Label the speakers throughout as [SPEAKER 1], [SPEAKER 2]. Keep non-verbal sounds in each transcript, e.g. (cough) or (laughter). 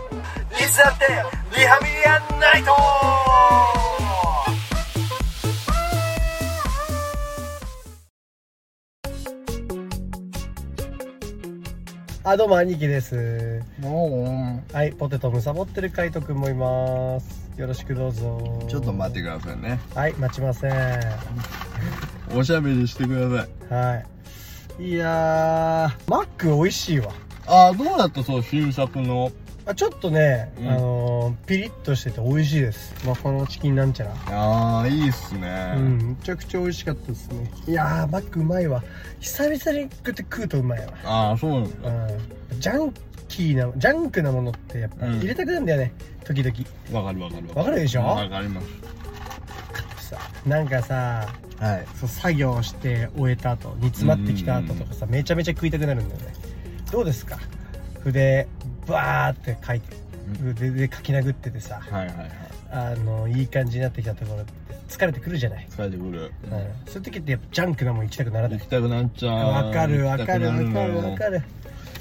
[SPEAKER 1] いつだってリハビリやんないとあどうも兄貴です
[SPEAKER 2] も
[SPEAKER 1] はいポテトむさぼってる海斗くんもいますよろしくどうぞ
[SPEAKER 2] うちょっと待ってくださいね
[SPEAKER 1] はい待ちません
[SPEAKER 2] おしゃべりしてください
[SPEAKER 1] はいいやーマック美味しいわ
[SPEAKER 2] ああどうだったそう新作の
[SPEAKER 1] あちょっとね、
[SPEAKER 2] うん
[SPEAKER 1] あのーピリッとしてて美味しいですまあこのチキンなんちゃら
[SPEAKER 2] ああいいっす
[SPEAKER 1] う
[SPEAKER 2] ね、
[SPEAKER 1] ん、めちゃくちゃ美味しかったですねいやーマックうまいわ久々に食って食うとうまいわ、
[SPEAKER 2] ああそうなんだ
[SPEAKER 1] うん、ジャンキーなジャンクなものってやっぱ
[SPEAKER 2] うん
[SPEAKER 1] 入れたくなるんだよね、時々
[SPEAKER 2] わかるわかるわ
[SPEAKER 1] わかるでしょ
[SPEAKER 2] わかります
[SPEAKER 1] さなんかさ
[SPEAKER 2] はい
[SPEAKER 1] そう作業して終えた後煮詰まってきた後とかさめちゃめちゃ食いたくなるんだよねどうですか筆バーって書いて
[SPEAKER 2] うん
[SPEAKER 1] 筆で書き殴っててさ
[SPEAKER 2] はいはいはい
[SPEAKER 1] あのいい感じになってきたところって疲れてくるじゃない、
[SPEAKER 2] 疲れてくる、
[SPEAKER 1] うんそういう時ってやっぱジャンクなもん行きたくならな
[SPEAKER 2] 行
[SPEAKER 1] い
[SPEAKER 2] きたくなっちゃう
[SPEAKER 1] わかるわかるわ
[SPEAKER 2] 行きたく
[SPEAKER 1] か
[SPEAKER 2] なの
[SPEAKER 1] る
[SPEAKER 2] よ
[SPEAKER 1] わかる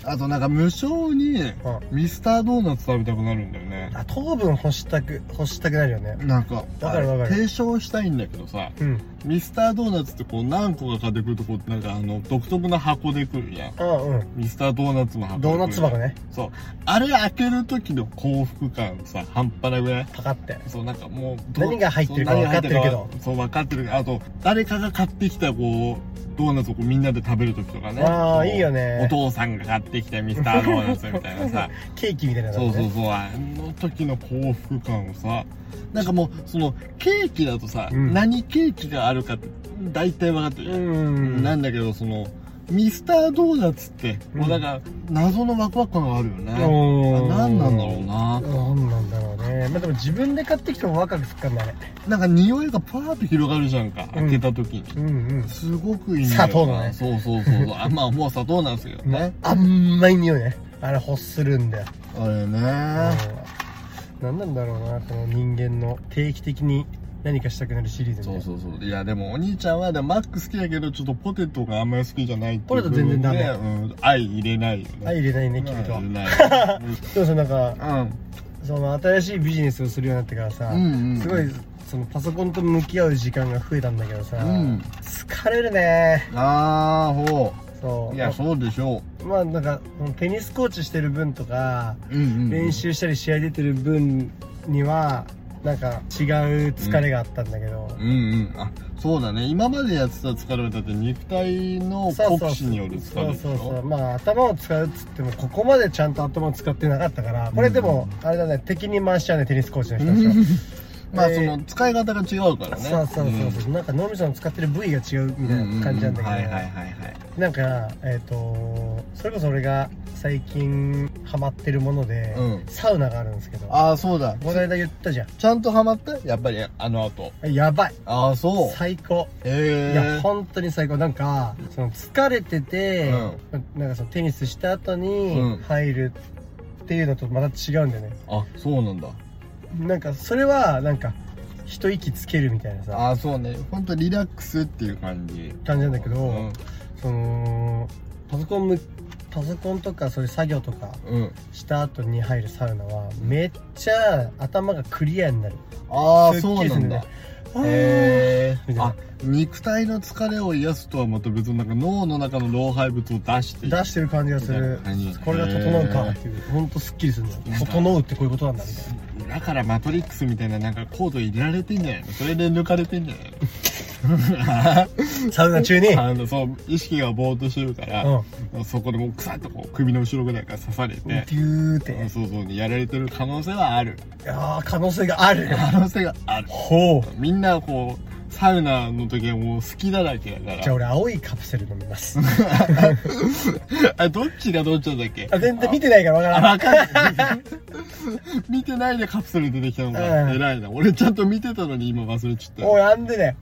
[SPEAKER 2] あとなんか無性に
[SPEAKER 1] う
[SPEAKER 2] ミスタードーナツ食べたくなるんだよね
[SPEAKER 1] あ糖分欲したく欲したくなるよね
[SPEAKER 2] なんか
[SPEAKER 1] わかるわかる
[SPEAKER 2] 提唱したいんだけどさ
[SPEAKER 1] うん
[SPEAKER 2] ミスタードーナツってこう何個か買ってくるとこうなんかあの独特な箱で来るやん
[SPEAKER 1] あうん
[SPEAKER 2] ミスタードーナツの箱
[SPEAKER 1] ドーナツ箱
[SPEAKER 2] ね
[SPEAKER 1] ね
[SPEAKER 2] そうあれ開ける時の幸福感さ半端なぐらい
[SPEAKER 1] パカって
[SPEAKER 2] そうなんかもう
[SPEAKER 1] 何が入ってるか分かってるけ
[SPEAKER 2] そう何が
[SPEAKER 1] ど
[SPEAKER 2] 入ってるかはそう分かってるけどあと誰かが買ってきたこうドーナツをこうみんなで食べる時とかね
[SPEAKER 1] あ
[SPEAKER 2] こ
[SPEAKER 1] ー
[SPEAKER 2] う
[SPEAKER 1] いいよね
[SPEAKER 2] お父さんが買ってきたミスタードーナツみたいなさ
[SPEAKER 1] ケーキみたいなの
[SPEAKER 2] そう
[SPEAKER 1] ね
[SPEAKER 2] そうそうあの時の幸福感をさなんかもうそのケーキだとさ、
[SPEAKER 1] うん
[SPEAKER 2] 何ケーキがあるかって大体分かってるじゃん
[SPEAKER 1] うん
[SPEAKER 2] なんだけどそのミスタードーナツって、
[SPEAKER 1] うん
[SPEAKER 2] もうなんか謎のワクワク感があるよね、
[SPEAKER 1] おー
[SPEAKER 2] あ何なんだろうな
[SPEAKER 1] 何なんだろうねまあでも自分で買ってきてもワクワクすっかんだね
[SPEAKER 2] なんか匂いがパーッと広がるじゃんか、開けた時に
[SPEAKER 1] うんうん
[SPEAKER 2] すごくいいんだよな
[SPEAKER 1] 砂糖のね
[SPEAKER 2] そうそうそうそうあまあもう砂糖なんですけどね、
[SPEAKER 1] あんまい匂いねあれ欲するんだよ
[SPEAKER 2] あれね
[SPEAKER 1] 何なんだろうなこの人間の定期的に何かしたくなるシリーズね
[SPEAKER 2] そうそうそういやでもお兄ちゃんはでもマック好きだけどちょっとポテトがあんまり好きじゃないっていう
[SPEAKER 1] ポテト全然ダメ
[SPEAKER 2] 部分でうん、愛入れないよね
[SPEAKER 1] あ入れないね君とは
[SPEAKER 2] うん入れない
[SPEAKER 1] (laughs) でもさなんか
[SPEAKER 2] うん
[SPEAKER 1] その新しいビジネスをするようになってからさ、
[SPEAKER 2] うんうん
[SPEAKER 1] すごいそのパソコンと向き合う時間が増えたんだけどさ、
[SPEAKER 2] うん
[SPEAKER 1] 疲れるね
[SPEAKER 2] ああほ
[SPEAKER 1] そうう
[SPEAKER 2] いやそうでしょ
[SPEAKER 1] まあなんかそのテニスコーチしてる分とか、
[SPEAKER 2] う、うんうんうん
[SPEAKER 1] 練習したり試合出てる分にはなんか違う疲れがあったんだけど、
[SPEAKER 2] うんうんあそうだね今までやってた疲れはだって肉体の
[SPEAKER 1] そうそう
[SPEAKER 2] 酷使による疲
[SPEAKER 1] そ
[SPEAKER 2] れ
[SPEAKER 1] う
[SPEAKER 2] でし
[SPEAKER 1] そうそう
[SPEAKER 2] ょ
[SPEAKER 1] まあ頭を使うっつってもここまでちゃんと頭を使ってなかったからこれでもあれだね敵に回しちゃうねテニスコーチの人たちは
[SPEAKER 2] まあ
[SPEAKER 1] え
[SPEAKER 2] そ
[SPEAKER 1] ー
[SPEAKER 2] の使い方が違うからね
[SPEAKER 1] そうそうそうそう、なんか脳みその使ってる部位が違うみたいな感じなんだけど、
[SPEAKER 2] はいはいはいはい
[SPEAKER 1] なんかえっ、とそれこそ俺が最近ハマってるもので、
[SPEAKER 2] うん
[SPEAKER 1] サウナがあるんですけど
[SPEAKER 2] ああそうだ
[SPEAKER 1] この間言ったじゃ
[SPEAKER 2] ちゃんとハマったやっぱりあの後
[SPEAKER 1] んやばい
[SPEAKER 2] ああそう
[SPEAKER 1] 最高い
[SPEAKER 2] へ
[SPEAKER 1] や本当に最高なんかその疲れてて、なんかそのテニスした後
[SPEAKER 2] うん
[SPEAKER 1] に入るっていうのとまた違うんだよね、
[SPEAKER 2] えあそうなんだ
[SPEAKER 1] なんかそれはなんか一息つけるみたいなさ
[SPEAKER 2] ああそうね本当リラックスっていう感じ
[SPEAKER 1] 感じなんだけど、
[SPEAKER 2] うん
[SPEAKER 1] そのパソコンむパソコンとかそういう作業とか
[SPEAKER 2] うん
[SPEAKER 1] した後に入るサウナはめっちゃ頭がクリアになる
[SPEAKER 2] ああ
[SPEAKER 1] すっ
[SPEAKER 2] そう
[SPEAKER 1] きり
[SPEAKER 2] な
[SPEAKER 1] する
[SPEAKER 2] ん
[SPEAKER 1] ね
[SPEAKER 2] だ
[SPEAKER 1] へ
[SPEAKER 2] へえ
[SPEAKER 1] みたいな
[SPEAKER 2] あ肉体の疲れを癒すとはまた別になんか脳の中の老廃物を出して
[SPEAKER 1] ー出してる感じがする
[SPEAKER 2] みたいな感じ
[SPEAKER 1] これが整うかっていうほんとすっきりするのよ整うってこういうことなんだみたいな
[SPEAKER 2] だからマトリックスみたいななんかコード入れられてんじゃないのそれで抜かれてんじゃない
[SPEAKER 1] サウナ中 (laughs) に、
[SPEAKER 2] のあのそう意識がぼーっとしてるから、
[SPEAKER 1] う
[SPEAKER 2] そこでもうクサッとこう首の後ろぐらいから刺され
[SPEAKER 1] ん、
[SPEAKER 2] て、
[SPEAKER 1] ピューってね
[SPEAKER 2] そうそうやられてる可能性はある
[SPEAKER 1] いやー可能性がある
[SPEAKER 2] 可能性がある
[SPEAKER 1] ほう
[SPEAKER 2] みんなこうサウナの時はもう好きだらけだから
[SPEAKER 1] じゃあ俺青いカプセル飲みます
[SPEAKER 2] (laughs) あどっちがどっちなんだっけ
[SPEAKER 1] あ全然見てないからわから
[SPEAKER 2] あ
[SPEAKER 1] ない
[SPEAKER 2] わかんない見てないでカプセル出てきたのが
[SPEAKER 1] うん
[SPEAKER 2] 偉いな俺ちゃんと見てたのに今忘れちゃった
[SPEAKER 1] おいなんでね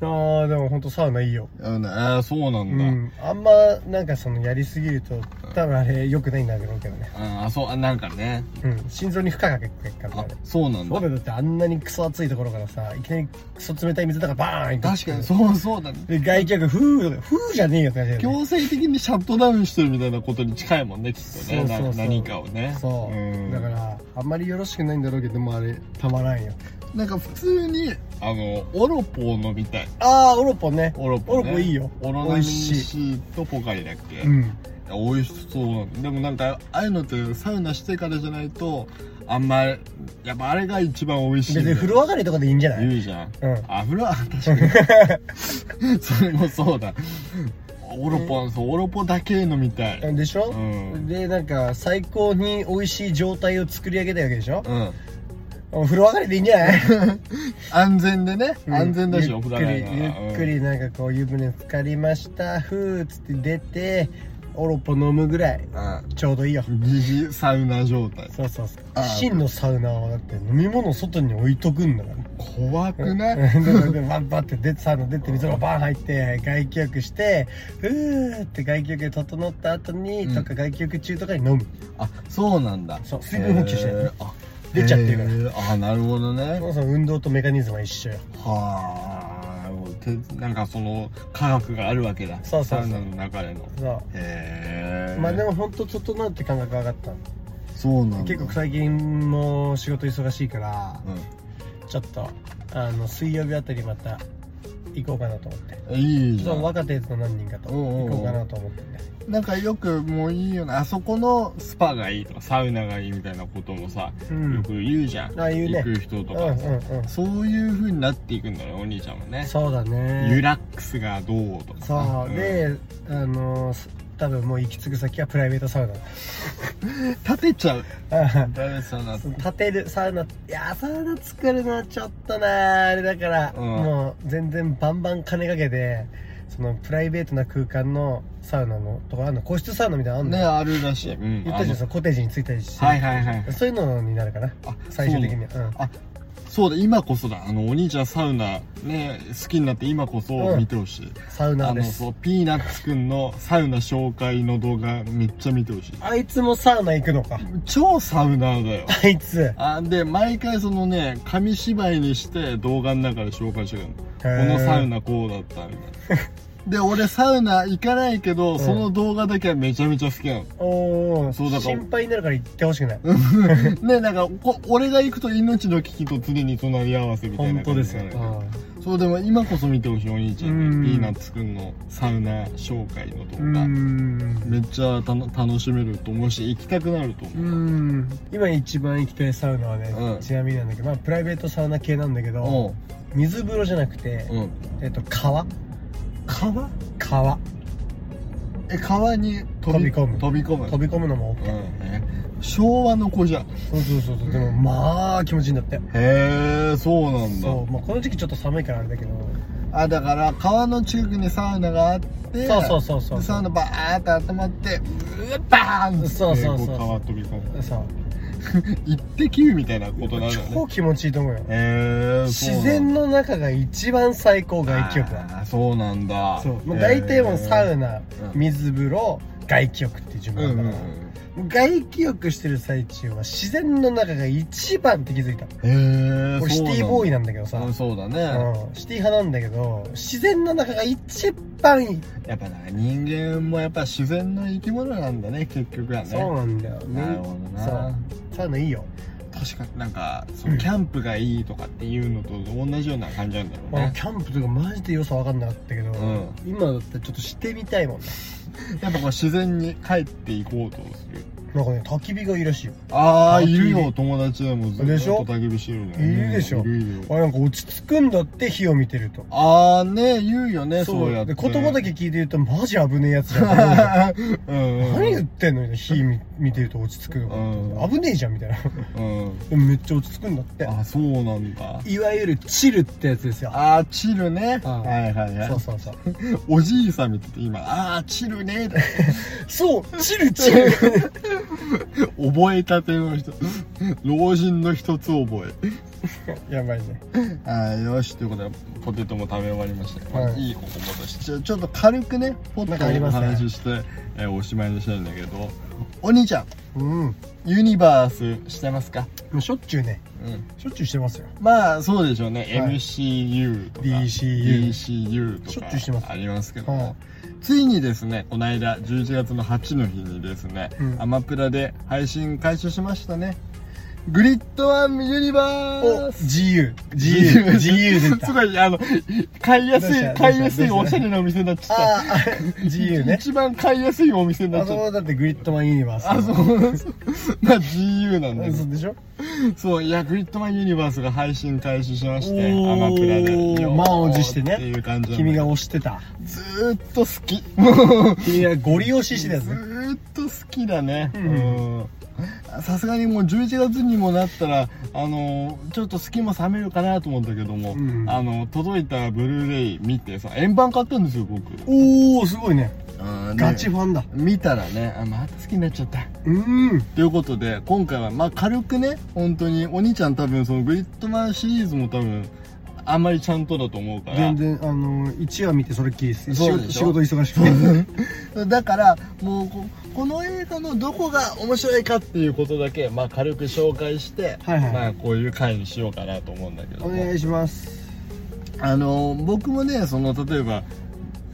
[SPEAKER 1] ああでも本当サウナいいよ
[SPEAKER 2] あのあーそうな
[SPEAKER 1] うん
[SPEAKER 2] だ、
[SPEAKER 1] んあんまなんかそのやりすぎると多分あれ良くないんだろうけどね
[SPEAKER 2] ああそうあなんかね
[SPEAKER 1] うん心臓に負荷が結構かか
[SPEAKER 2] あ
[SPEAKER 1] るから
[SPEAKER 2] そうなん
[SPEAKER 1] そう
[SPEAKER 2] だ
[SPEAKER 1] だよだってあんなにクソ暑いところからさいきなりクソ冷たい水だからバーン
[SPEAKER 2] 確かにそうそうだね
[SPEAKER 1] で外客フーフーじゃねえよって感じだよね
[SPEAKER 2] 強制的にシャットダウンしてるみたいなことに近いもんねきっとね
[SPEAKER 1] そうそうそう
[SPEAKER 2] な何かをね
[SPEAKER 1] そう、
[SPEAKER 2] ん
[SPEAKER 1] だからあんまりよろしくないんだろうけどでもあれたまらんよ
[SPEAKER 2] なんか普通にあのオロポを飲みたい
[SPEAKER 1] ああオロポね
[SPEAKER 2] オロポ、ね、
[SPEAKER 1] オロポいいよ
[SPEAKER 2] オロナミン C とポカリだっけ、
[SPEAKER 1] うん
[SPEAKER 2] 美味しそうなでもなんかああいうのってサウナしてからじゃないとあんまやっぱあれが一番美味しい
[SPEAKER 1] 別に風呂上がりとかでいいんじゃない
[SPEAKER 2] 言うじゃん
[SPEAKER 1] うん
[SPEAKER 2] あ風呂 (laughs) は確かにそれもそうだオロポそうオロポだけ飲みたい
[SPEAKER 1] でしょ、
[SPEAKER 2] うん
[SPEAKER 1] でなんか最高に美味しい状態を作り上げたいわけでしょ、
[SPEAKER 2] うん
[SPEAKER 1] お風呂上がりでいいんじゃない
[SPEAKER 2] 安全でね安全だし
[SPEAKER 1] ゆっ
[SPEAKER 2] お
[SPEAKER 1] く
[SPEAKER 2] 風
[SPEAKER 1] り
[SPEAKER 2] 呂上がりなら
[SPEAKER 1] ゆっくりなんかこう湯船浸かりましたふーっつって出てオロポ飲むぐらいちょうどいいよ
[SPEAKER 2] うん疑似サウナ状態
[SPEAKER 1] そうそうそう
[SPEAKER 2] あー
[SPEAKER 1] 真のサウナーはだって飲み物を外に置いとくんだから
[SPEAKER 2] 怖く
[SPEAKER 1] だ
[SPEAKER 2] ない
[SPEAKER 1] から (laughs) でバンバンって出てサウナ出て水がバン入って外気浴してふーって外気浴で整った後に、
[SPEAKER 2] うん
[SPEAKER 1] とか外気浴中とかに飲む
[SPEAKER 2] あそうなんだ
[SPEAKER 1] そう水分補給して
[SPEAKER 2] へーあ
[SPEAKER 1] 出ちゃってるから
[SPEAKER 2] へーあなるほどね
[SPEAKER 1] そうそう運動とメカニズムは一緒よ
[SPEAKER 2] はあもうてなんかその科学があるわけだ
[SPEAKER 1] そうそうそう
[SPEAKER 2] サウナの中でのへ
[SPEAKER 1] そう
[SPEAKER 2] え
[SPEAKER 1] まあでも本当整うって感覚が上がったの
[SPEAKER 2] そうなんだ
[SPEAKER 1] 結構最近も仕事忙しいから、ちょっとあの水曜日あたりまた行こうかなと思って
[SPEAKER 2] うんいい
[SPEAKER 1] ち
[SPEAKER 2] じ
[SPEAKER 1] ょ
[SPEAKER 2] ゃ
[SPEAKER 1] っと
[SPEAKER 2] ん
[SPEAKER 1] 若手と何人かと
[SPEAKER 2] うんうんう
[SPEAKER 1] 行
[SPEAKER 2] ん
[SPEAKER 1] こうかなと思ってんだよ
[SPEAKER 2] なんかよくもういいよなあそこのスパがいいとかサウナがいいみたいなこともさ、
[SPEAKER 1] うん
[SPEAKER 2] よく言うじゃん
[SPEAKER 1] あ言うね
[SPEAKER 2] 行く人と
[SPEAKER 1] う
[SPEAKER 2] か
[SPEAKER 1] ん
[SPEAKER 2] さ、
[SPEAKER 1] うんうん
[SPEAKER 2] そういう風になっていくんだねお兄ちゃんもね
[SPEAKER 1] そうだね
[SPEAKER 2] ユラックスがどうとかさ
[SPEAKER 1] そう、
[SPEAKER 2] ん
[SPEAKER 1] であのす多分もう行き着く先はプライベートサウ
[SPEAKER 2] 立てちゃう
[SPEAKER 1] ナ (laughs)
[SPEAKER 2] ダメサウナ
[SPEAKER 1] そう立てるサウナいやサウナ作るのはちょっとなあれだから、
[SPEAKER 2] うん
[SPEAKER 1] もう全然バンバン金かけてそのプライベートな空間のサウナのとかあんの個室サウナみたいなのあんの
[SPEAKER 2] ね
[SPEAKER 1] よ、
[SPEAKER 2] あるらしい、うん
[SPEAKER 1] 言ったじゃんそのコテージに着いたりし
[SPEAKER 2] あ
[SPEAKER 1] て、
[SPEAKER 2] のはいはいはい
[SPEAKER 1] そういうのになるかな
[SPEAKER 2] あ
[SPEAKER 1] 最終的には
[SPEAKER 2] あそうだ今こそだあのお兄ちゃんサウナね好きになって今こそ見てほしい、
[SPEAKER 1] うん、サウナ
[SPEAKER 2] あ
[SPEAKER 1] ーで
[SPEAKER 2] の
[SPEAKER 1] す
[SPEAKER 2] そうピーナッツくんのサウナ紹介の動画めっちゃ見てほしい
[SPEAKER 1] あいつもサウナ行くのか
[SPEAKER 2] 超サウナーだよ
[SPEAKER 1] あいつ
[SPEAKER 2] (laughs) あで毎回そのね紙芝居にして動画の中で紹介してくるのこのサウナこうだったみ (laughs) たいなで俺サウナ行かないけど、
[SPEAKER 1] ん
[SPEAKER 2] その動画だけはめちゃめちゃ好きなの
[SPEAKER 1] おお
[SPEAKER 2] そうだから
[SPEAKER 1] 心配になるから行ってほしくない
[SPEAKER 2] (laughs) ねなんかこ俺が行くと命の危機と常に隣り合わせみたい
[SPEAKER 1] 本
[SPEAKER 2] な
[SPEAKER 1] 当
[SPEAKER 2] 感
[SPEAKER 1] で
[SPEAKER 2] じ
[SPEAKER 1] すよ、
[SPEAKER 2] になるそうでも今こそ見てほしいお兄ちゃ
[SPEAKER 1] うんん
[SPEAKER 2] にピーナッツくんのサウナ紹介の動
[SPEAKER 1] う
[SPEAKER 2] 画
[SPEAKER 1] ん
[SPEAKER 2] めっちゃたの楽しめると思うし行きたくなると
[SPEAKER 1] う
[SPEAKER 2] 思う、
[SPEAKER 1] ん今一番行きたいサウナはね、
[SPEAKER 2] うん
[SPEAKER 1] ちなみになんだけど、まあ、プライベートサウナ系なんだけど、水風呂じゃなくて、
[SPEAKER 2] うんうん
[SPEAKER 1] えっと川
[SPEAKER 2] 川
[SPEAKER 1] 川
[SPEAKER 2] え川に
[SPEAKER 1] 飛び込む
[SPEAKER 2] 飛び込む
[SPEAKER 1] 飛び込むのも
[SPEAKER 2] うんえ昭和の子じゃん
[SPEAKER 1] そうそうそうそうでもまあ気持ちいいんだって
[SPEAKER 2] へえそうなんだ
[SPEAKER 1] そう、まあ、この時期ちょっと寒いからあれだけど
[SPEAKER 2] あだから川の近くにサウナがあって
[SPEAKER 1] そうそうそうそう
[SPEAKER 2] でサウナバーって温まってうわバーンって
[SPEAKER 1] そうそうそう
[SPEAKER 2] こ川飛び込む
[SPEAKER 1] そう
[SPEAKER 2] 一滴みたいなことになるよね
[SPEAKER 1] (laughs) 超気持ちいいと思うよ
[SPEAKER 2] へえ
[SPEAKER 1] 自然の中が一番最高外気浴だ
[SPEAKER 2] あーそうなんだ
[SPEAKER 1] そう、まあ、大体もうサウナ、
[SPEAKER 2] うん
[SPEAKER 1] 水風呂外気浴って順
[SPEAKER 2] うん
[SPEAKER 1] 番
[SPEAKER 2] う
[SPEAKER 1] だ
[SPEAKER 2] んうん
[SPEAKER 1] から、外気浴してる最中は自然の中が一番って気づいた
[SPEAKER 2] へえ
[SPEAKER 1] 俺シティボーイ
[SPEAKER 2] な
[SPEAKER 1] なんだけどさ、
[SPEAKER 2] うんそうだね、
[SPEAKER 1] うんシティ派なんだけど自然の中が一番いい、
[SPEAKER 2] やっぱなんか人間もやっぱ自然の生き物なんだね結局はね
[SPEAKER 1] そうなんだよね
[SPEAKER 2] なるほどな
[SPEAKER 1] そうサウナいいよ、
[SPEAKER 2] 確かになんかそのキャンプがいいとかっていうのと同じような感じなんだろう
[SPEAKER 1] まあ
[SPEAKER 2] ね
[SPEAKER 1] キャンプとかマジで良さ分かんなかったけど、
[SPEAKER 2] ん
[SPEAKER 1] 今だったらちょっとしてみたいもんね
[SPEAKER 2] やっぱこう自然に帰っていこうとする
[SPEAKER 1] なんかね焚き火がいいらしいよ
[SPEAKER 2] ああ
[SPEAKER 1] 焚き
[SPEAKER 2] い
[SPEAKER 1] 火
[SPEAKER 2] るよ友達でもずっと
[SPEAKER 1] でしょ
[SPEAKER 2] 焚き火してるね
[SPEAKER 1] いるでしょ
[SPEAKER 2] うんいるよ
[SPEAKER 1] あなんか落ち着くんだって火を見てると
[SPEAKER 2] ああね言うよねそうやって
[SPEAKER 1] で言葉だ
[SPEAKER 2] け
[SPEAKER 1] け聞いてるとマジ危ねえやつじゃん
[SPEAKER 2] (laughs)
[SPEAKER 1] と思うんだよ
[SPEAKER 2] うんうん
[SPEAKER 1] 何言ってんのみたいな火見見てると落ち着くのか
[SPEAKER 2] う
[SPEAKER 1] 危ねえじゃんみたいな
[SPEAKER 2] うん
[SPEAKER 1] でもめっちゃ落ち着くんだって
[SPEAKER 2] あそうなんだ
[SPEAKER 1] いわゆるチルってやつですよ
[SPEAKER 2] あーチルね
[SPEAKER 1] う
[SPEAKER 2] は
[SPEAKER 1] ん
[SPEAKER 2] いはいはい
[SPEAKER 1] そうそうそう
[SPEAKER 2] おじいさん見てて今あーチルね
[SPEAKER 1] そうチル
[SPEAKER 2] (laughs)
[SPEAKER 1] チル
[SPEAKER 2] 覚えたての人老人の一つ覚え
[SPEAKER 1] やばいね
[SPEAKER 2] あーよしということでポテトも食べ終わりました、まあ
[SPEAKER 1] はい
[SPEAKER 2] いい方向戻しちょちょっと軽くねポテ
[SPEAKER 1] なんかあり
[SPEAKER 2] トの
[SPEAKER 1] ますね
[SPEAKER 2] 話して、えーおしまいにしたいんだけどお兄ちゃん
[SPEAKER 1] うん
[SPEAKER 2] ユニバースしてますか、
[SPEAKER 1] もうしょっちゅうね
[SPEAKER 2] うん、
[SPEAKER 1] しょっちゅうしてますよ
[SPEAKER 2] まあそうでしょうね、
[SPEAKER 1] はい
[SPEAKER 2] MCU とか
[SPEAKER 1] DCU
[SPEAKER 2] DCU とか
[SPEAKER 1] しょっちゅうしてます
[SPEAKER 2] ありますけど、
[SPEAKER 1] は
[SPEAKER 2] ついにですねこの間11月の8の日にですね、
[SPEAKER 1] うん
[SPEAKER 2] アマプラで配信開始しましたねグリッドワンユニバ
[SPEAKER 1] お
[SPEAKER 2] ース
[SPEAKER 1] GU GU GU
[SPEAKER 2] (laughs)
[SPEAKER 1] 出
[SPEAKER 2] す
[SPEAKER 1] た
[SPEAKER 2] ごいあの買いやす
[SPEAKER 1] どうした
[SPEAKER 2] い買いやす
[SPEAKER 1] ど
[SPEAKER 2] いお
[SPEAKER 1] うした
[SPEAKER 2] しゃれなお店になっちゃった
[SPEAKER 1] ああ GU ね
[SPEAKER 2] 一番買いやすいお店にな
[SPEAKER 1] あ
[SPEAKER 2] っ
[SPEAKER 1] そ
[SPEAKER 2] ちゃっ
[SPEAKER 1] こだってグリッドマンユニバース
[SPEAKER 2] たあそう (laughs) まあ GU なんだけど
[SPEAKER 1] そうでしょ
[SPEAKER 2] そう、いや、グリッドマンユニバースが配信開始しまして、
[SPEAKER 1] おー
[SPEAKER 2] アマプラで。よー
[SPEAKER 1] 満を持してね
[SPEAKER 2] っていう感じ
[SPEAKER 1] 君
[SPEAKER 2] が。
[SPEAKER 1] が推してた
[SPEAKER 2] ずーっと好き。もう、
[SPEAKER 1] 君がゴリ押ししてたやつ
[SPEAKER 2] ず
[SPEAKER 1] ね
[SPEAKER 2] ーっと好きだね。
[SPEAKER 1] う
[SPEAKER 2] うんん。さすがにもう11月にもなったら、あのー、ちょっと好きも冷めるかなと思ったけども、
[SPEAKER 1] うん
[SPEAKER 2] あの、届いたブルーレイ見てさ、円盤買ったんですよ、僕。
[SPEAKER 1] おおすごいねガチ
[SPEAKER 2] ね
[SPEAKER 1] ファンだ
[SPEAKER 2] 見たらね、あ、また好きになっちゃった。
[SPEAKER 1] うん
[SPEAKER 2] ということで今回はまあ軽くね本当にお兄ちゃん多分そのグリッドマンシリーズも多分あんまりちゃんとだと思うから
[SPEAKER 1] 全然あの1話見てそれっきりです仕
[SPEAKER 2] そう
[SPEAKER 1] 事
[SPEAKER 2] でしょ
[SPEAKER 1] 仕事忙しくて
[SPEAKER 2] (laughs) だからもうここの映画のどこが面白いかっていうことだけまあ軽く紹介して、
[SPEAKER 1] はいはい
[SPEAKER 2] まあこういう回にしようかなと思うんだけど
[SPEAKER 1] お
[SPEAKER 2] も
[SPEAKER 1] 願いします
[SPEAKER 2] あの僕もねその例えば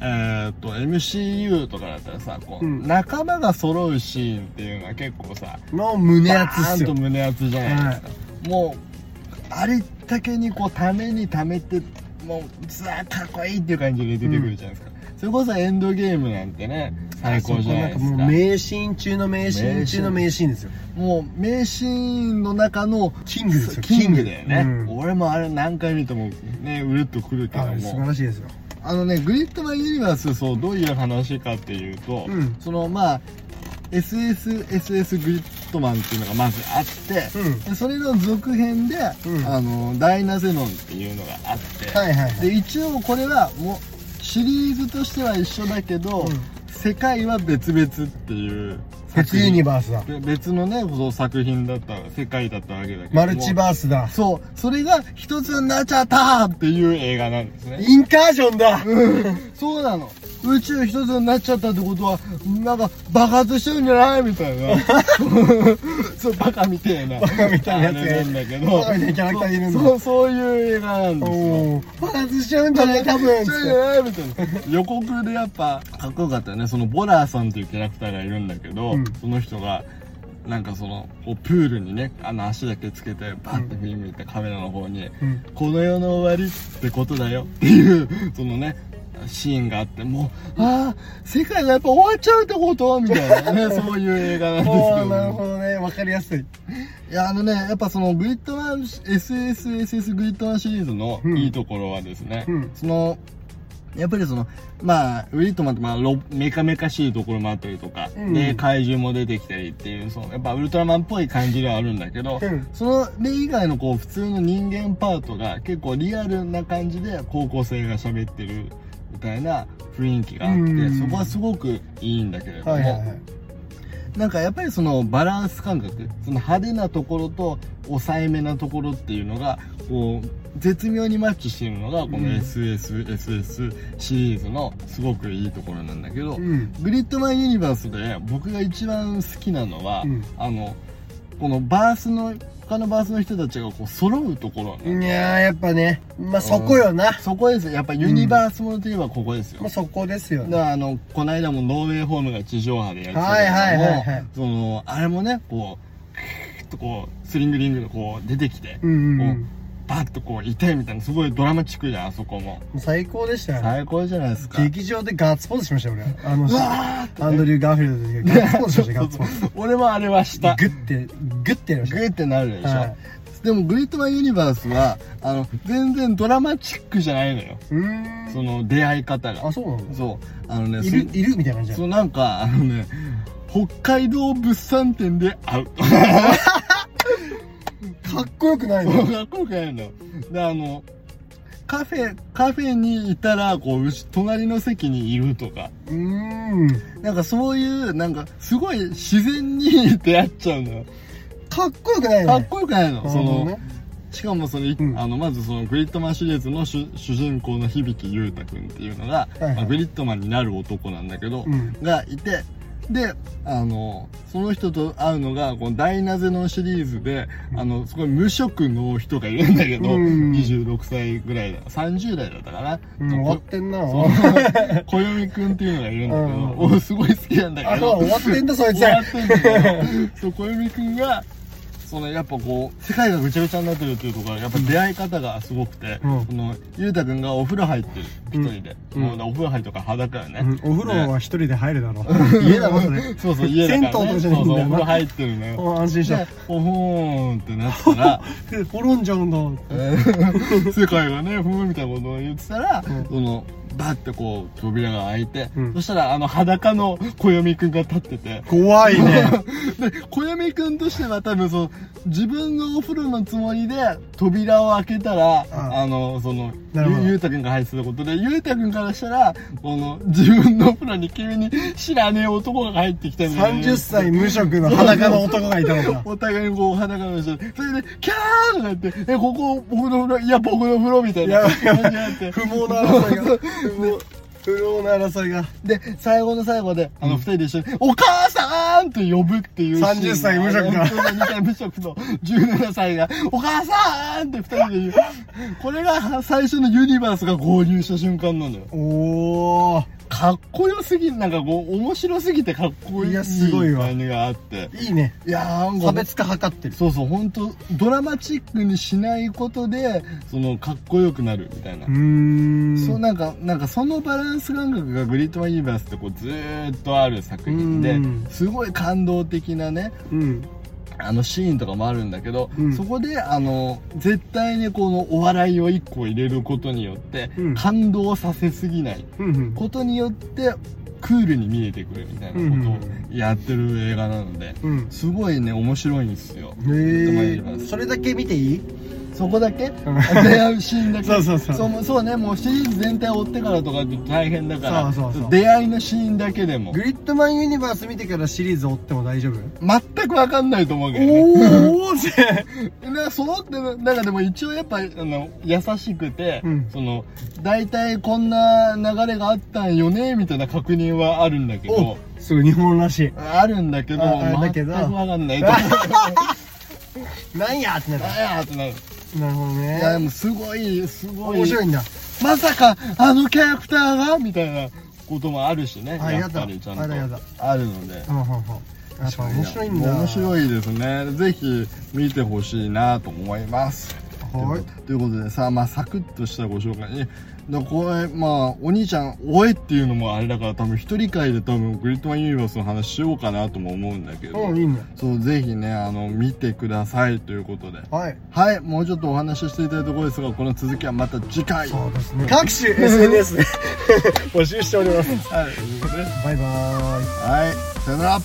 [SPEAKER 2] えーっと MCU とかだったらさこう、
[SPEAKER 1] うん
[SPEAKER 2] 仲間が揃うシーンっていうのが結構さ
[SPEAKER 1] の胸熱っす
[SPEAKER 2] バー
[SPEAKER 1] よ
[SPEAKER 2] ンと胸熱じゃないですか、もうありったけにこうためにためてもうずわーかっこいいっていう感じで出てくるじゃないですか、それこそエンドゲームなんてね最高じゃないで
[SPEAKER 1] そこ
[SPEAKER 2] す
[SPEAKER 1] ん
[SPEAKER 2] か
[SPEAKER 1] かもう名シーン中の名シーン中の名シーンですよ
[SPEAKER 2] もう名シーンの中の
[SPEAKER 1] キングですよ
[SPEAKER 2] キングだよね、
[SPEAKER 1] うん
[SPEAKER 2] 俺もあれ何回見てもねうるっとくるけど
[SPEAKER 1] あ素晴
[SPEAKER 2] も
[SPEAKER 1] らしいですよ
[SPEAKER 2] あのねグリッドマンユニバースそうどういう話かっていうと、
[SPEAKER 1] うん
[SPEAKER 2] そのまあ SSSS グリッドマンっていうのがまずあって、
[SPEAKER 1] うん
[SPEAKER 2] でそれの続編で、
[SPEAKER 1] うん
[SPEAKER 2] あのダイナゼノンっていうのがあって、
[SPEAKER 1] はいはいはい
[SPEAKER 2] で一応これはもうシリーズとしては一緒だけど、
[SPEAKER 1] うん
[SPEAKER 2] 世界は別々っていう
[SPEAKER 1] 別ユニバースだ
[SPEAKER 2] べ別のねそう作品だった世界だったわけだけど
[SPEAKER 1] マルチ
[SPEAKER 2] ー
[SPEAKER 1] バースだ
[SPEAKER 2] そうそれが一つになっちゃったっていう映画なんですね
[SPEAKER 1] インカージョンだ
[SPEAKER 2] そうなの宇宙一つになっちゃったってことはなんか爆発してるんじゃないみたい
[SPEAKER 1] (laughs)
[SPEAKER 2] なそうバカみたいなバ
[SPEAKER 1] カみたいなやつがいる
[SPEAKER 2] なんだけど
[SPEAKER 1] バカみたいなキャラクターいるんだ
[SPEAKER 2] そうそうそういう映画なんですよ
[SPEAKER 1] おお爆発しちゃうんじゃない多分
[SPEAKER 2] そうやみたいな予告でやっぱかっこよかったよねそのボラーさんっていうキャラクターがいるんだけど、
[SPEAKER 1] うん
[SPEAKER 2] その人がなんかそのこうプールにねあの足だけつけてバッて振り向いたカメラの方に、
[SPEAKER 1] うん
[SPEAKER 2] この世の終わりってことだよっていうそのねシーンがあってもうああ世界がやっぱ終わっちゃうってことみたいなねそういう映画なんですけ
[SPEAKER 1] お
[SPEAKER 2] ど
[SPEAKER 1] ー
[SPEAKER 2] も
[SPEAKER 1] なるほどねわかりやすい
[SPEAKER 2] いや、あのね、やっぱそのグリッドマン、SSSS グリッドマンシリーズの
[SPEAKER 1] うん
[SPEAKER 2] いいところはですね、
[SPEAKER 1] うん
[SPEAKER 2] その、やっぱりその、まあ、グリッドマンって、まあ、ロメカメカしいところもあったりとか、
[SPEAKER 1] うん
[SPEAKER 2] ね、怪獣も出てきたりっていう、その、やっぱウルトラマンっぽい感じではあるんだけど、
[SPEAKER 1] うん
[SPEAKER 2] その、で、以外のこう、普通の人間パートが結構リアルな感じで高校生が喋ってるみたいな雰囲気があって、
[SPEAKER 1] うん
[SPEAKER 2] そこはすごくいいんだけれども、
[SPEAKER 1] はいはいはい
[SPEAKER 2] なんかやっぱりそのバランス感覚その派手なところと抑えめなところっていうのがこう絶妙にマッチしているのがこ
[SPEAKER 1] うん
[SPEAKER 2] の SSSS シリーズのすごくいいところなんだけど、
[SPEAKER 1] うん
[SPEAKER 2] グリッドマンユニバースで僕が一番好きなのは、
[SPEAKER 1] うん
[SPEAKER 2] あのこのバースの他のバースの人たちがこう揃うところなんだよ
[SPEAKER 1] いやーやっぱねまあそこよな
[SPEAKER 2] そこですよやっぱユニバースものといえばここですよ、
[SPEAKER 1] まあそこですよ
[SPEAKER 2] だ
[SPEAKER 1] ね
[SPEAKER 2] からあのこの間もノーウェイホームが地上波でやってた
[SPEAKER 1] はいはいはいはい
[SPEAKER 2] けどもそのあれもねこうクーッとこうスリングリングでこう出てきて、
[SPEAKER 1] うんうんうん
[SPEAKER 2] こうバッとこういてみたいなすごいドラマチックじゃんあそこも
[SPEAKER 1] 最高でしたよね
[SPEAKER 2] 最高じゃないですか
[SPEAKER 1] 劇場でガッツポーズしましたよ俺あ
[SPEAKER 2] う
[SPEAKER 1] の
[SPEAKER 2] わーって
[SPEAKER 1] アンドリュー・ガーフィールドでガッツポーズしましたよガッツポーズ
[SPEAKER 2] 俺もあれはした
[SPEAKER 1] グ
[SPEAKER 2] グ
[SPEAKER 1] ッてグッてやりました
[SPEAKER 2] ッてなるでしょ、
[SPEAKER 1] はい
[SPEAKER 2] でもグリッドマンユニバースはあの全然ドラマチックじゃないのよ
[SPEAKER 1] うーん
[SPEAKER 2] その出会い方
[SPEAKER 1] あ
[SPEAKER 2] が
[SPEAKER 1] そうなんだ
[SPEAKER 2] そうあのね
[SPEAKER 1] いるいるみたいな感じ
[SPEAKER 2] そ
[SPEAKER 1] だ
[SPEAKER 2] うなんかあのね北海道物産展で会うか
[SPEAKER 1] かっこよくないの
[SPEAKER 2] っこよくないのであのカフェカフェにいたらこううし隣の席にいるとか
[SPEAKER 1] うーん
[SPEAKER 2] なんかそういうなんかすごい自然に (laughs) 出会っちゃうのよ
[SPEAKER 1] かっこよくない
[SPEAKER 2] か
[SPEAKER 1] の
[SPEAKER 2] っこよくないの、
[SPEAKER 1] なる
[SPEAKER 2] そ
[SPEAKER 1] ほど
[SPEAKER 2] の
[SPEAKER 1] ね
[SPEAKER 2] しかもその、い
[SPEAKER 1] うん
[SPEAKER 2] あのまずそのグリッドマンシリーズの主主人公の響優太君っていうのが、
[SPEAKER 1] いはい
[SPEAKER 2] まあ、グリッドマンになる男なんだけど、
[SPEAKER 1] うん
[SPEAKER 2] がいてであのその人と会うのがこの「ダイナゼ」のシリーズで、あのすごい無職の人がいるんだけど、
[SPEAKER 1] うん
[SPEAKER 2] 26歳ぐらいだ30代だったかな、
[SPEAKER 1] うん、終わってん
[SPEAKER 2] (laughs)
[SPEAKER 1] な
[SPEAKER 2] そう暦くんっていうのがいるんだけど、
[SPEAKER 1] うん
[SPEAKER 2] 俺すごい好きなんだ
[SPEAKER 1] あ
[SPEAKER 2] け
[SPEAKER 1] そう
[SPEAKER 2] ど
[SPEAKER 1] 終わってんだそいつ
[SPEAKER 2] 終わってんだけどそう暦くんがそのやっぱこう世界がぐちゃぐちゃになってるっていうところはやっぱ出会い方がすごくて、
[SPEAKER 1] うん
[SPEAKER 2] そのゆうたくんがお風呂入ってる一人で、
[SPEAKER 1] うん
[SPEAKER 2] もうお風呂入るとか裸よね、
[SPEAKER 1] うんお風呂は一人で入るだろう (laughs) 家だろそれ
[SPEAKER 2] そうそう家だから、
[SPEAKER 1] 銭湯とか
[SPEAKER 2] ね、
[SPEAKER 1] じゃない
[SPEAKER 2] そ
[SPEAKER 1] ん
[SPEAKER 2] うそうお
[SPEAKER 1] だよ
[SPEAKER 2] 風
[SPEAKER 1] な
[SPEAKER 2] 呂入ってるのよ
[SPEAKER 1] あ安心し
[SPEAKER 2] で
[SPEAKER 1] た
[SPEAKER 2] ほほーんってなったら
[SPEAKER 1] 滅んじゃうんだう
[SPEAKER 2] 世界がねふーんみたいなことを言ってたら、
[SPEAKER 1] うん
[SPEAKER 2] そのバッてこう扉が開いて、
[SPEAKER 1] うん
[SPEAKER 2] そしたらあの裸の暦くんが立ってて
[SPEAKER 1] 怖いね (laughs)
[SPEAKER 2] で小闇君としては多分その自分のお風呂のつもりで扉を開けたら、
[SPEAKER 1] ん
[SPEAKER 2] あのその
[SPEAKER 1] なるほど
[SPEAKER 2] ゆゆうたくんが入ってたことでゆうたくんからしたらこの自分のお風呂に急に知らねえ男が入ってきたみたいな
[SPEAKER 1] 30歳無職の裸の男がいたの (laughs) か
[SPEAKER 2] お互いにこう裸の人でそれでキャーとか言って「えここ僕の風呂いや僕の風呂」みたいな感じになって
[SPEAKER 1] 不毛な争いが不毛な争いが
[SPEAKER 2] で最後の最後であの二人で一緒に「お母さん!」と呼ぶっていうシーン
[SPEAKER 1] 30歳無職が
[SPEAKER 2] 30歳無職と17歳が「お母さん!」って二人で言うこれが最初のユニバースが合流した瞬間なんだよ
[SPEAKER 1] おお
[SPEAKER 2] かっこよすぎなんかこう面白すぎてかっこいい
[SPEAKER 1] いやすごいわ
[SPEAKER 2] 感じがあって
[SPEAKER 1] いいね
[SPEAKER 2] いやーなんか
[SPEAKER 1] 差別化図ってる
[SPEAKER 2] そうそう本当ドラマチックにしないことでそのかっこよくなるみたいな
[SPEAKER 1] うーん
[SPEAKER 2] そうなんかなんかそのバランス感覚がグリッドマンユニバースってこうずーっとある作品で
[SPEAKER 1] うん
[SPEAKER 2] すごい感動的なね
[SPEAKER 1] うん
[SPEAKER 2] あのシーンとかもあるんだけど、
[SPEAKER 1] うん
[SPEAKER 2] そこであの絶対にこのお笑いを一個入れることによって
[SPEAKER 1] うん
[SPEAKER 2] 感動させすぎない
[SPEAKER 1] うんうん
[SPEAKER 2] ことによってクールに見えてくるみたいなことをやってる映画なので
[SPEAKER 1] うん
[SPEAKER 2] すごいね面白いんですよ。
[SPEAKER 1] へ
[SPEAKER 2] グリッドマンユニバー
[SPEAKER 1] え
[SPEAKER 2] ス
[SPEAKER 1] それだけ見ていい
[SPEAKER 2] そこだけ出会うシーンだけ
[SPEAKER 1] (laughs) そうそうそう
[SPEAKER 2] そうそうねもうシリーズ全体を追ってからとかって大変だから
[SPEAKER 1] そうそうそう
[SPEAKER 2] 出会いのシーンだけでも
[SPEAKER 1] グリッドマンユニバース見てからシリーズ追っても大丈夫
[SPEAKER 2] 全く分かんないと思うけどね
[SPEAKER 1] おおぜ
[SPEAKER 2] なそうってなんかでも一応やっぱあの優しくて、
[SPEAKER 1] うん
[SPEAKER 2] その大体こんな流れがあったんよねみたいな確認はあるんだけ
[SPEAKER 1] お
[SPEAKER 2] ど
[SPEAKER 1] すごい日本らし
[SPEAKER 2] あるんだけど
[SPEAKER 1] ああだけ
[SPEAKER 2] 全く
[SPEAKER 1] ど
[SPEAKER 2] 分かん
[SPEAKER 1] (laughs)
[SPEAKER 2] ないと思う
[SPEAKER 1] いなんやってなる
[SPEAKER 2] あやーってなる
[SPEAKER 1] なるほど
[SPEAKER 2] いやで
[SPEAKER 1] ね
[SPEAKER 2] もすごいすごい
[SPEAKER 1] 面白いんだ
[SPEAKER 2] まさかあのキャラクターがみたいなこともあるしね
[SPEAKER 1] あ
[SPEAKER 2] やっぱりちゃんと
[SPEAKER 1] やだやだ
[SPEAKER 2] あるので
[SPEAKER 1] うんうんうんやっぱ面白いんだ
[SPEAKER 2] 面
[SPEAKER 1] い
[SPEAKER 2] 白いですねぜひ見てほしいなと思います
[SPEAKER 1] はい
[SPEAKER 2] ということでさあまあサクッとしたご紹介にでこれまあお兄ちゃん「おえ」っていうのもあれだから多分一人会で多分グリッドマンユニバースの話しようかなとも思うんだけど、
[SPEAKER 1] うんいいね
[SPEAKER 2] そうぜひねあの見てくださいということで
[SPEAKER 1] はい
[SPEAKER 2] はいもうちょっとお話ししていただいたところですがこの続きはまた次回
[SPEAKER 1] そうですね各種 SNS (laughs) で募集しております
[SPEAKER 2] はいということで
[SPEAKER 1] バイバーイ
[SPEAKER 2] はいさよなら